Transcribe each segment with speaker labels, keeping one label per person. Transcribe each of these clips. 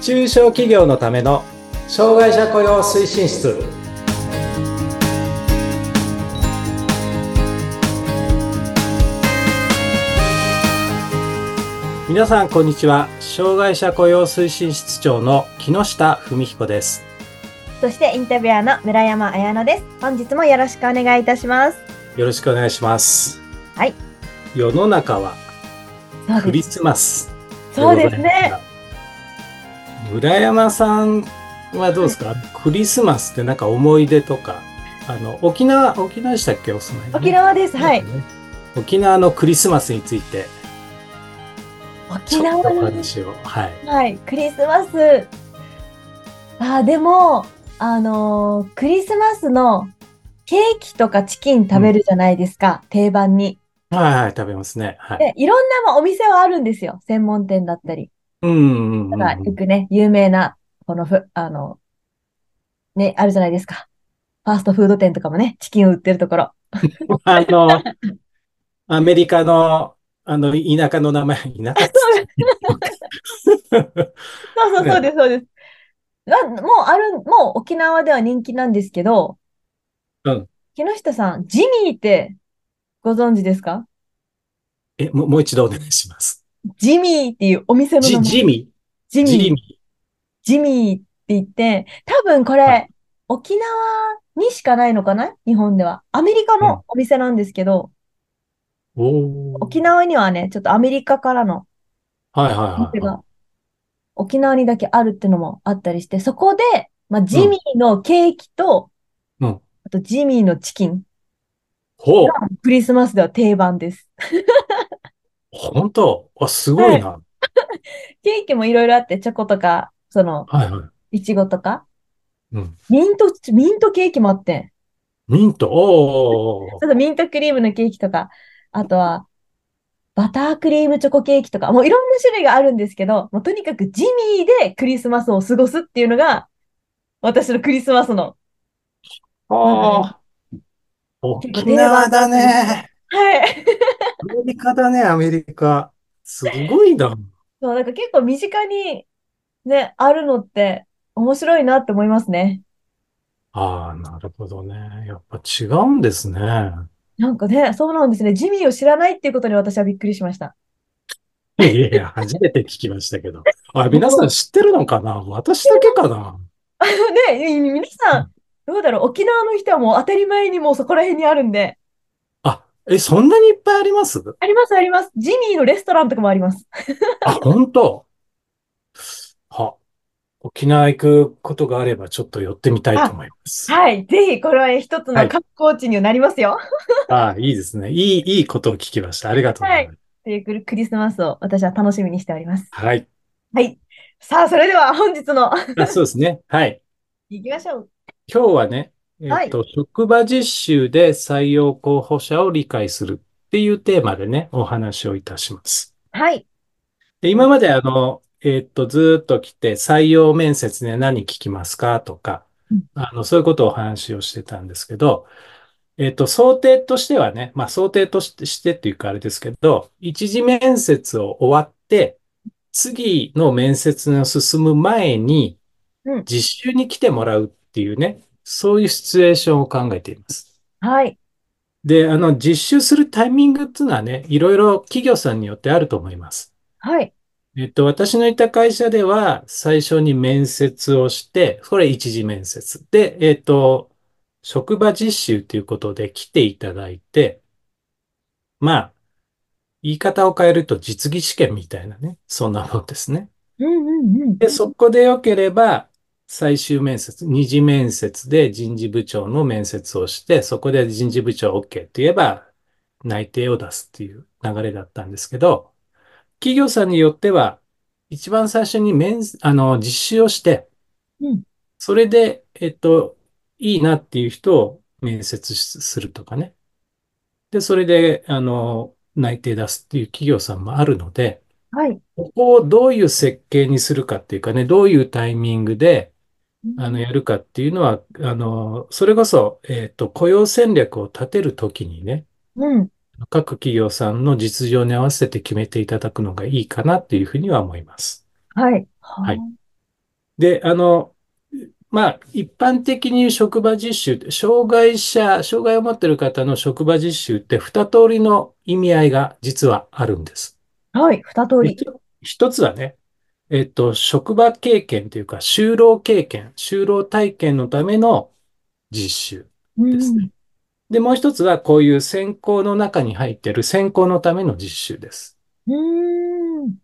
Speaker 1: 中小企業のための障害者雇用推進室皆さんこんにちは障害者雇用推進室長の木下文彦です
Speaker 2: そしてインタビュアーの村山彩乃です。本日もよろしくお願いいたします。
Speaker 1: よろしくお願いします
Speaker 2: はい
Speaker 1: 世の中はクリスマス
Speaker 2: そうですね。
Speaker 1: 村山さんはどうですか、クリスマスってなんか思い出とか、あの、沖縄、沖縄でしたっけお住まい、
Speaker 2: 沖縄です。はい。。
Speaker 1: 沖縄のクリスマスについて、ち
Speaker 2: 沖
Speaker 1: ょっと
Speaker 2: 縄
Speaker 1: お
Speaker 2: の、
Speaker 1: 話を。はい。
Speaker 2: はい、クリスマス。あー、でも、あのークリスマスのケーキとかチキン食べるじゃないですか、定番に。
Speaker 1: はいはい、食べますね。はい。
Speaker 2: で、いろんなまあお店はあるんですよ。専門店だったり。
Speaker 1: うんうんう
Speaker 2: た
Speaker 1: ん
Speaker 2: だ、よくね、有名な、このふ、あの、ね、あるじゃないですか。ファーストフード店とかもね、チキンを売ってるところ。
Speaker 1: あの、アメリカの、あの、田舎の名前、田舎っつって
Speaker 2: そうそうそうです、そうです。なもうある、もう沖縄では人気なんですけど、
Speaker 1: うん
Speaker 2: 木下さん、ジミーってご存知ですか
Speaker 1: え、もうもう一度お願いします。
Speaker 2: ジミーっていうお店の名
Speaker 1: ジ、ジ
Speaker 2: 前。
Speaker 1: ミジ
Speaker 2: ジミー、
Speaker 1: ミ
Speaker 2: ジミーって言って、多分これ、
Speaker 1: はい
Speaker 2: 沖縄にしかないのかな日本では。アメリカのお店なんですけど、
Speaker 1: おー
Speaker 2: 沖縄にはね、ちょっとアメリカからの
Speaker 1: はいはい
Speaker 2: お
Speaker 1: はい
Speaker 2: 店が沖縄にだけあるってのもあったりして、そこで、まあ、ジミーのケーキと、
Speaker 1: うん
Speaker 2: あとジミーのチキン。
Speaker 1: ほう。
Speaker 2: クリスマスでは定番です。
Speaker 1: 本当あ、すごいな。
Speaker 2: ケーキもいろいろあって、チョコとか、その、
Speaker 1: はいはい。
Speaker 2: いちごとか。
Speaker 1: うん。
Speaker 2: ミント、ミントケーキもあって、
Speaker 1: ミント、おー
Speaker 2: ちょっとミントクリームのケーキとか、あとは、バタークリームチョコケーキとか、もういろんな種類があるんですけど、もうとにかくジミーでクリスマスを過ごすっていうのが、私のクリスマスの。
Speaker 1: あー沖縄だね。
Speaker 2: はい。
Speaker 1: アメリカだね、アメリカ。すごいな。
Speaker 2: そう、なんか結構身近にね、あるのって面白いなって思いますね。
Speaker 1: ああ、なるほどね。やっぱ違うんですね。
Speaker 2: なんかね、そうなんですね。ジミーを知らないっていうことに私はびっくりしました。
Speaker 1: いやいや、初めて聞きましたけど。あ、皆さん知ってるのかな私だけかな
Speaker 2: ね、い皆さん、どうだろう、沖縄の人はもう当たり前にもうそこら辺にあるんで。
Speaker 1: あ、え、そんなにいっぱいあります
Speaker 2: あります、あります。ジミーのレストランとかもあります。
Speaker 1: あ、本当は、沖縄行くことがあればちょっと寄ってみたいと思います。
Speaker 2: はい、ぜひ、これは一つの観光地になりますよ。
Speaker 1: ああ、いいですね。いい、いいことを聞きました。ありがとうございます。
Speaker 2: というクリスマスを私は楽しみにしております。
Speaker 1: はい。
Speaker 2: はい。さあ、それでは本日の
Speaker 1: あ、そうですね。 はい。
Speaker 2: 行きましょう。
Speaker 1: 今日はね、えっと、職場実習で採用候補者を理解するっていうテーマでね、お話をいたします。
Speaker 2: はい。
Speaker 1: で、今まであの、えっと、ずーっと来て、採用面接で何聞きますかとか
Speaker 2: うん、
Speaker 1: あの、そういうことをお話をしてたんですけど、えっと、想定としてはね、まあ、想定として、してっていうかあれですけど、一次面接を終わって、次の面接が進む前に
Speaker 2: うん、
Speaker 1: 実習に来てもらうっていうね、そういうシチュエーションを考えています。
Speaker 2: はい。
Speaker 1: で、あの、実習するタイミングっていうのはね、いろいろ企業さんによってあると思います。
Speaker 2: はい。
Speaker 1: えっと、私のいた会社では、最初に面接をして、これ一次面接。で、えっと、職場実習ということで来ていただいて、まあ、言い方を変えると実技試験みたいなね、そんなもんですね。
Speaker 2: うんうんうん。
Speaker 1: で、そこで良ければ、最終面接、二次面接で人事部長の面接をして、そこで人事部長 OK って言えば、内定を出すっていう流れだったんですけど、企業さんによっては、一番最初に面、あの、実習をして
Speaker 2: うん、
Speaker 1: それで、えっと、いいなっていう人を面接しするとかね。で、それで、あの、内定出すっていう企業さんもあるので、
Speaker 2: はい。
Speaker 1: ここをどういう設計にするかっていうかね、どういうタイミングで、あの、やるかっていうのは、あの、それこそ、えっと、雇用戦略を立てるときにね、
Speaker 2: うん。
Speaker 1: 各企業さんの実情に合わせて決めていただくのがいいかなっていうふうには思います。
Speaker 2: はい。は
Speaker 1: はい。で、あの、まあ、一般的に職場実習、障害者、障害を持っている方の職場実習って二通りの意味合いが実はあるんです。
Speaker 2: あはい。二通り。
Speaker 1: 一一つはね、えっと、職場経験というか、就労経験、就労体験のための実習
Speaker 2: う
Speaker 1: です
Speaker 2: ん。
Speaker 1: ね。で、もう一つは、こういう専攻の中に入っている専攻のための実習です。
Speaker 2: うーん。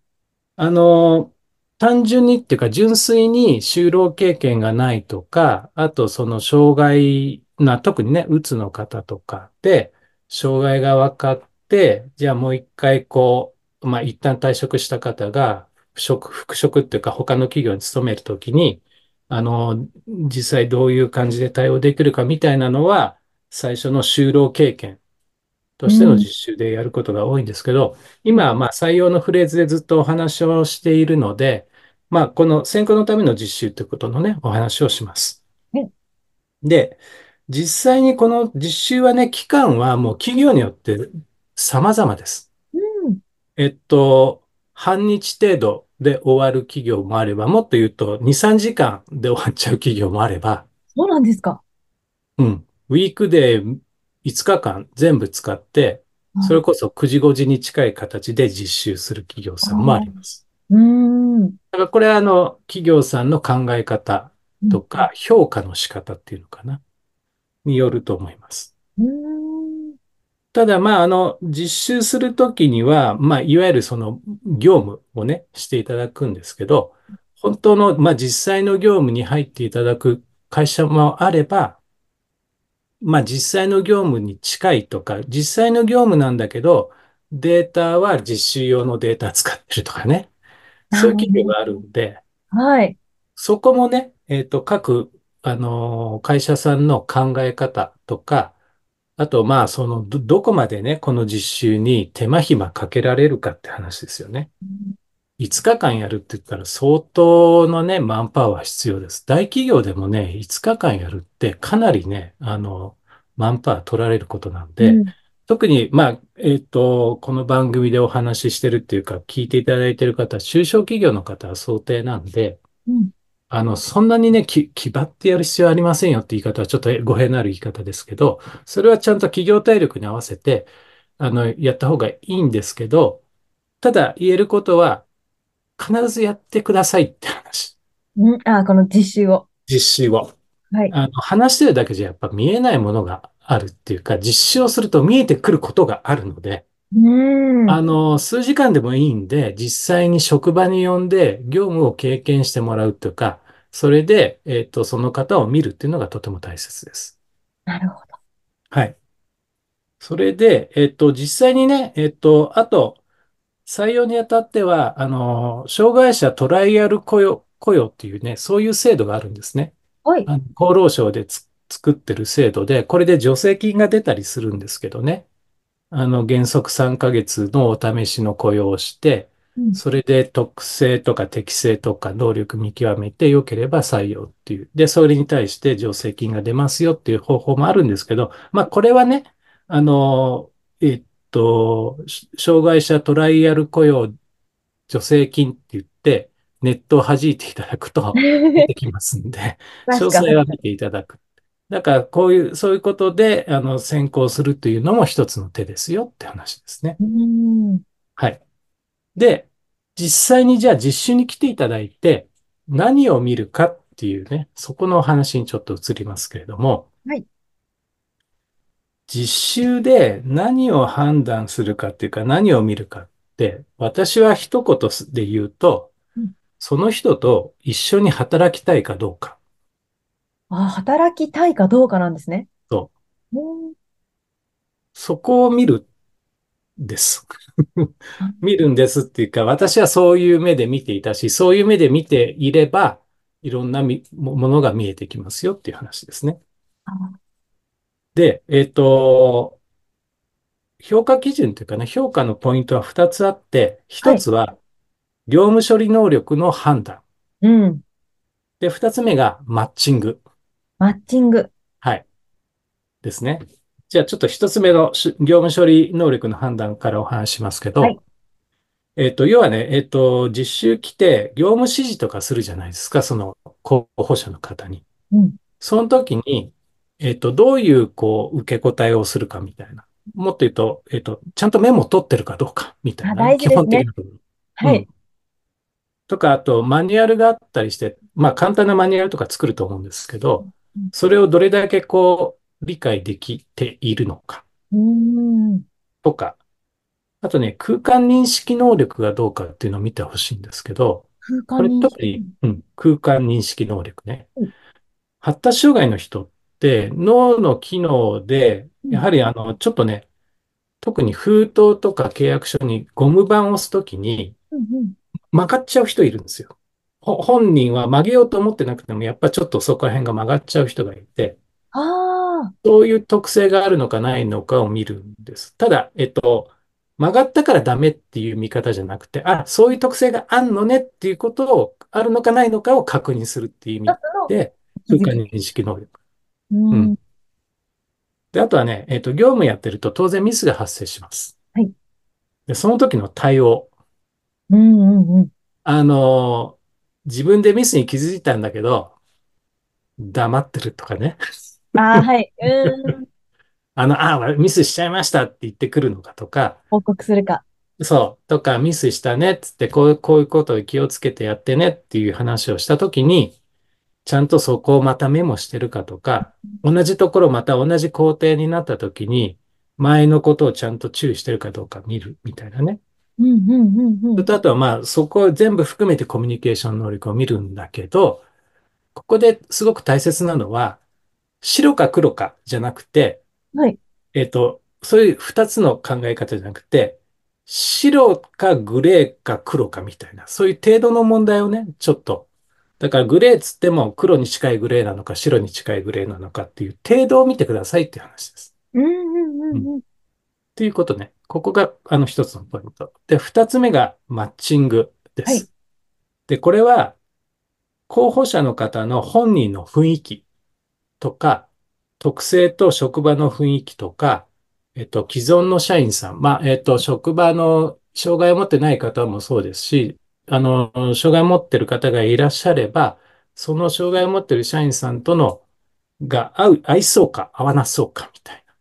Speaker 1: あの、単純にっていうか、純粋に就労経験がないとか、あとその障害な、特にね、うつの方とかで、障害が分かって、じゃあもう一回こう、まあ一旦退職した方が、復職、復職っていうか他の企業に勤めるときに、あの、実際どういう感じで対応できるかみたいなのは、最初の就労経験と
Speaker 2: う
Speaker 1: しての
Speaker 2: ん。
Speaker 1: 実習でやることが多いんですけど、今はまあ採用のフレーズでずっとお話をしているので、まあこの選考のための実習ということのね、お話をします。
Speaker 2: え
Speaker 1: で、実際にこの実習はね、期間はもう企業によって様々です。
Speaker 2: うん。
Speaker 1: えっと、半日程度で終わる企業もあれば、もっと言うと2、3時間で終わっちゃう企業もあれば、
Speaker 2: そうなんですか。
Speaker 1: うん。ウィークデー5日間全部使って、それ
Speaker 2: あ
Speaker 1: こそ9時5時に近い形で実習する企業
Speaker 2: あ
Speaker 1: さんもあ
Speaker 2: ー。
Speaker 1: ります。
Speaker 2: うーん。
Speaker 1: だからこれはあの、企業さんの考え方
Speaker 2: う
Speaker 1: と
Speaker 2: ん。
Speaker 1: か評価の仕方っていうのかな、によると思います。
Speaker 2: うん。
Speaker 1: ただ、まあ、あの、実習するときには、まあ、いわゆるその業務をね、していただくんですけど、本当の、まあ、実際の業務に入っていただく会社もあれば、まあ実際の業務に近いとか、実際の業務なんだけど、データは実習用のデータ使ってるとかね。そういう
Speaker 2: あ
Speaker 1: 企業があるんで、
Speaker 2: あ。はい。
Speaker 1: そこもね、えっと、各、あのー、会社さんの考え方とか、あと、まあ、その、ど、どこまでね、この実習に手間暇かけられるかって話ですよね。
Speaker 2: うん
Speaker 1: 5日間やるって言ったら相当のね、マンパワー必要です。大企業でもね、5日間やるってかなりね、あの、マンパワー取られることなん
Speaker 2: う
Speaker 1: で、
Speaker 2: ん。
Speaker 1: 特に、まあ、えっと、この番組でお話ししてるっていうか、聞いていただいてる方、中小企業の方は想定なんで、
Speaker 2: うん
Speaker 1: あの、そんなにね、き、気張ってやる必要ありませんよって言い方はちょっと語弊のある言い方ですけど、それはちゃんと企業体力に合わせて、あの、やった方がいいんですけど、ただ言えることは、必ずやってくださいって話。
Speaker 2: うんあー、この実習を。
Speaker 1: 実習を。
Speaker 2: はい。
Speaker 1: あの、話してるだけじゃやっぱ見えないものがあるっていうか、実習をすると見えてくることがあるので、
Speaker 2: うー
Speaker 1: あ
Speaker 2: ん。
Speaker 1: の、数時間でもいいんで、実際に職場に呼んで業務を経験してもらうというか、それで、えっと、その方を見るっていうのがとても大切です。
Speaker 2: なるほど。
Speaker 1: はい。それで、えっと、実際にね、えっと、あと、採用にあたっては、あの、障害者トライアル雇用、雇用っていうね、そういう制度があるんですね。
Speaker 2: はい。
Speaker 1: あの厚労省でつ作ってる制度で、これで助成金が出たりするんですけどね。あの、原則3ヶ月のお試しの雇用をして、
Speaker 2: うん。
Speaker 1: それで特性とか適性とか能力見極めて良ければ採用っていう。で、それに対して助成金が出ますよっていう方法もあるんですけど、まあ、これはね、あの、えっと、し障害者トライアル雇用助成金って言って、ネットを弾いていただくと出てきますんで、詳
Speaker 2: 確か、
Speaker 1: 細は
Speaker 2: 確か
Speaker 1: 見ていただく。だから、こういう、そういうことで、あの、先行するというのも一つの手ですよって話ですね。
Speaker 2: に。うーん。
Speaker 1: はい。で、実際にじゃあ実習に来ていただいて、何を見るかっていうね、そこのお話にちょっと移りますけれども、
Speaker 2: はい。
Speaker 1: 実習で何を判断するかっていうか何を見るかって、私は一言で言うと、
Speaker 2: うん
Speaker 1: その人と一緒に働きたいかどうか。
Speaker 2: あー、働きたいかどうかなんですね。
Speaker 1: そう
Speaker 2: ーん。
Speaker 1: そこを見るんです。
Speaker 2: あ
Speaker 1: 見るんですっていうか、私はそういう目で見ていたし、そういう目で見ていれば、いろんなみもものが見えてきますよっていう話ですね。
Speaker 2: あ
Speaker 1: で、えっと、評価基準というかね、評価のポイントは2つあって、
Speaker 2: は
Speaker 1: 1
Speaker 2: い。
Speaker 1: つは業務処理能力の判断。
Speaker 2: うん。
Speaker 1: で、2つ目がマッチング。
Speaker 2: マッチング。
Speaker 1: はい。ですね。じゃあちょっと一つ目のし業務処理能力の判断からお話ししますけ
Speaker 2: はい。
Speaker 1: ど、えっと、要はね、えっと、実習来て業務指示とかするじゃないですか、その候補者の方に。
Speaker 2: うん。
Speaker 1: その時に、えっと、どういう、こう、受け答えをするかみたいな。もっと言うと、えっと、ちゃんとメモ取ってるかどうかみたい
Speaker 2: あ、
Speaker 1: なね、
Speaker 2: 大
Speaker 1: 基
Speaker 2: 事です
Speaker 1: 本的
Speaker 2: ね。
Speaker 1: なところ。う
Speaker 2: はい。
Speaker 1: ん。とか、あと、マニュアルがあったりして、まあ、簡単なマニュアルとか作ると思うんですけど、
Speaker 2: うん
Speaker 1: それをどれだけ、こう、理解できているのか
Speaker 2: うーん。
Speaker 1: とか、あとね、空間認識能力がどうかっていうのを見てほしいんですけど、
Speaker 2: 空間
Speaker 1: これ
Speaker 2: 認
Speaker 1: 特
Speaker 2: 識。う
Speaker 1: に、
Speaker 2: ん
Speaker 1: うん、空間認識能力ね。
Speaker 2: うん
Speaker 1: 発達障害の人って脳の機能で、
Speaker 2: う
Speaker 1: や
Speaker 2: ん
Speaker 1: はりあの、ちょっとね、特に封筒とか契約書にゴム板を押すときに
Speaker 2: うんうん
Speaker 1: 曲がっちゃう人いるんですよ。ほ本人は曲げようと思ってなくても、やっぱちょっとそこら辺が曲がっちゃう人がいて、
Speaker 2: ああ、
Speaker 1: そういう特性があるのかないのかを見るんです。ただ、えっと、曲がったからダメっていう見方じゃなくて、あ、そういう特性があんのねっていうことを、あるのかないのかを確認するっていう意
Speaker 2: 一
Speaker 1: 味
Speaker 2: つの
Speaker 1: で、
Speaker 2: 気
Speaker 1: 空
Speaker 2: づ
Speaker 1: 間
Speaker 2: き。
Speaker 1: 認識能力。
Speaker 2: う。
Speaker 1: うんん。で、あとはね、えっと、業務やってると当然ミスが発生します。
Speaker 2: はい。
Speaker 1: で、その時の対応。
Speaker 2: うんうんうん。
Speaker 1: あのー自分でミスに気づいたんだけど、黙ってるとかね。
Speaker 2: ああ、はい。 うーん。
Speaker 1: あの、あ、ミスしちゃいましたって言ってくるのかとか、
Speaker 2: 報告するか。
Speaker 1: そう、とか、ミスしたねっつって、こう、こういうことを気をつけてやってねっていう話をしたときに、ちゃんとそこをまたメモしてるかとか、同じところまた同じ工程になったときに、前のことをちゃんと注意してるかどうか見るみたいなね。
Speaker 2: うんうんうんう
Speaker 1: それ
Speaker 2: ん。
Speaker 1: とあとはまあ、そこを全部含めてコミュニケーション能力を見るんだけど、ここですごく大切なのは、白か黒かじゃなくて、
Speaker 2: はい。
Speaker 1: えっと、そういう二つの考え方じゃなくて、白かグレーか黒かみたいな、そういう程度の問題をね、ちょっと。だからグレーっつっても黒に近いグレーなのか白に近いグレーなのかっていう程度を見てくださいっていう話です。
Speaker 2: うんうんう
Speaker 1: うん。っ
Speaker 2: んうん。
Speaker 1: ていうことね。ここがあの一つのポイント。で、二つ目がマッチングで
Speaker 2: はい。
Speaker 1: す。で、これは候補者の方の本人の雰囲気。とか、特性と職場の雰囲気とか、えっと、既存の社員さん、まあ、えっと、職場の障害を持ってない方もそうですし、あの、障害を持ってる方がいらっしゃれば、その障害を持ってる社員さんとの、が合う、合いそうか、合わなそうか、みたいな。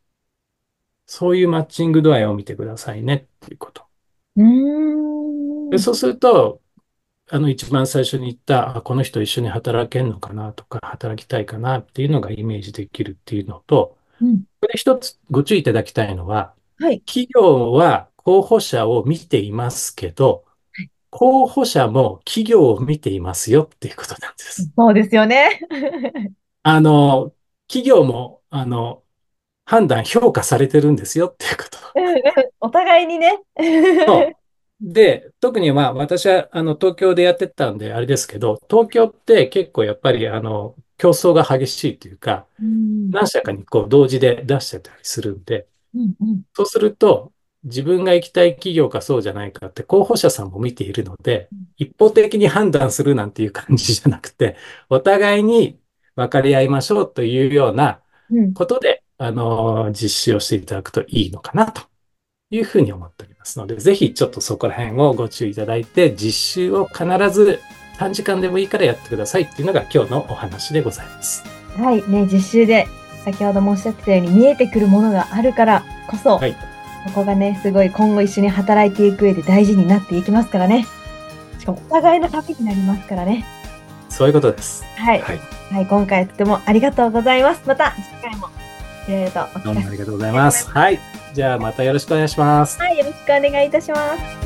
Speaker 1: そういうマッチング度合いを見てくださいね、っていうこと。
Speaker 2: う
Speaker 1: で、
Speaker 2: ーん。
Speaker 1: そうすると、あの、一番最初に言った、あ、この人一緒に働けんのかなとか、働きたいかなっていうのがイメージできるっていうのと、
Speaker 2: うん。
Speaker 1: ここで一つご注意いただきたいのは、
Speaker 2: はい。
Speaker 1: 企業は候補者を見ていますけど、候補者も企業を見ていますよっていうことなんです。
Speaker 2: そうですよね。
Speaker 1: あの、企業も、あの、判断、評価されてるんですよっていうこと。
Speaker 2: うんうんお互いにね。
Speaker 1: そう。で、特にまあ私はあの東京でやってたんであれですけど、東京って結構やっぱりあの競争が激しいというか、
Speaker 2: うん
Speaker 1: 何社かにこう同時で出してたりするんで、
Speaker 2: うんうん。
Speaker 1: そうすると、自分が行きたい企業かそうじゃないかって候補者さんも見ているので、一方的に判断するなんていう感じじゃなくて、お互いに分かり合いましょうというような
Speaker 2: うん
Speaker 1: ことで、あの、実施をしていただくといいのかなというふうに思っておりますので、ぜひちょっとそこら辺をご注意いただいて、実習を必ず短時間でもいいからやってくださいっていうのが今日のお話でございます。
Speaker 2: はい。ね、実習で先ほどもおっしゃってたように見えてくるものがあるからこそ、
Speaker 1: はい。
Speaker 2: そこがね、すごい今後一緒に働いていく上で大事になっていきますからね。しかもお互いのためになりますからね。
Speaker 1: そういうことです。
Speaker 2: はい。
Speaker 1: はい。
Speaker 2: はい、今回とてもありがとうございます。また次回もいろいろとお聞
Speaker 1: どう
Speaker 2: か
Speaker 1: も
Speaker 2: せ
Speaker 1: あ
Speaker 2: く
Speaker 1: りがとうござい
Speaker 2: だ
Speaker 1: ま
Speaker 2: さい。
Speaker 1: す。はい。じゃあまたよろしくお願いします。
Speaker 2: はい、よろしくお願いいたします。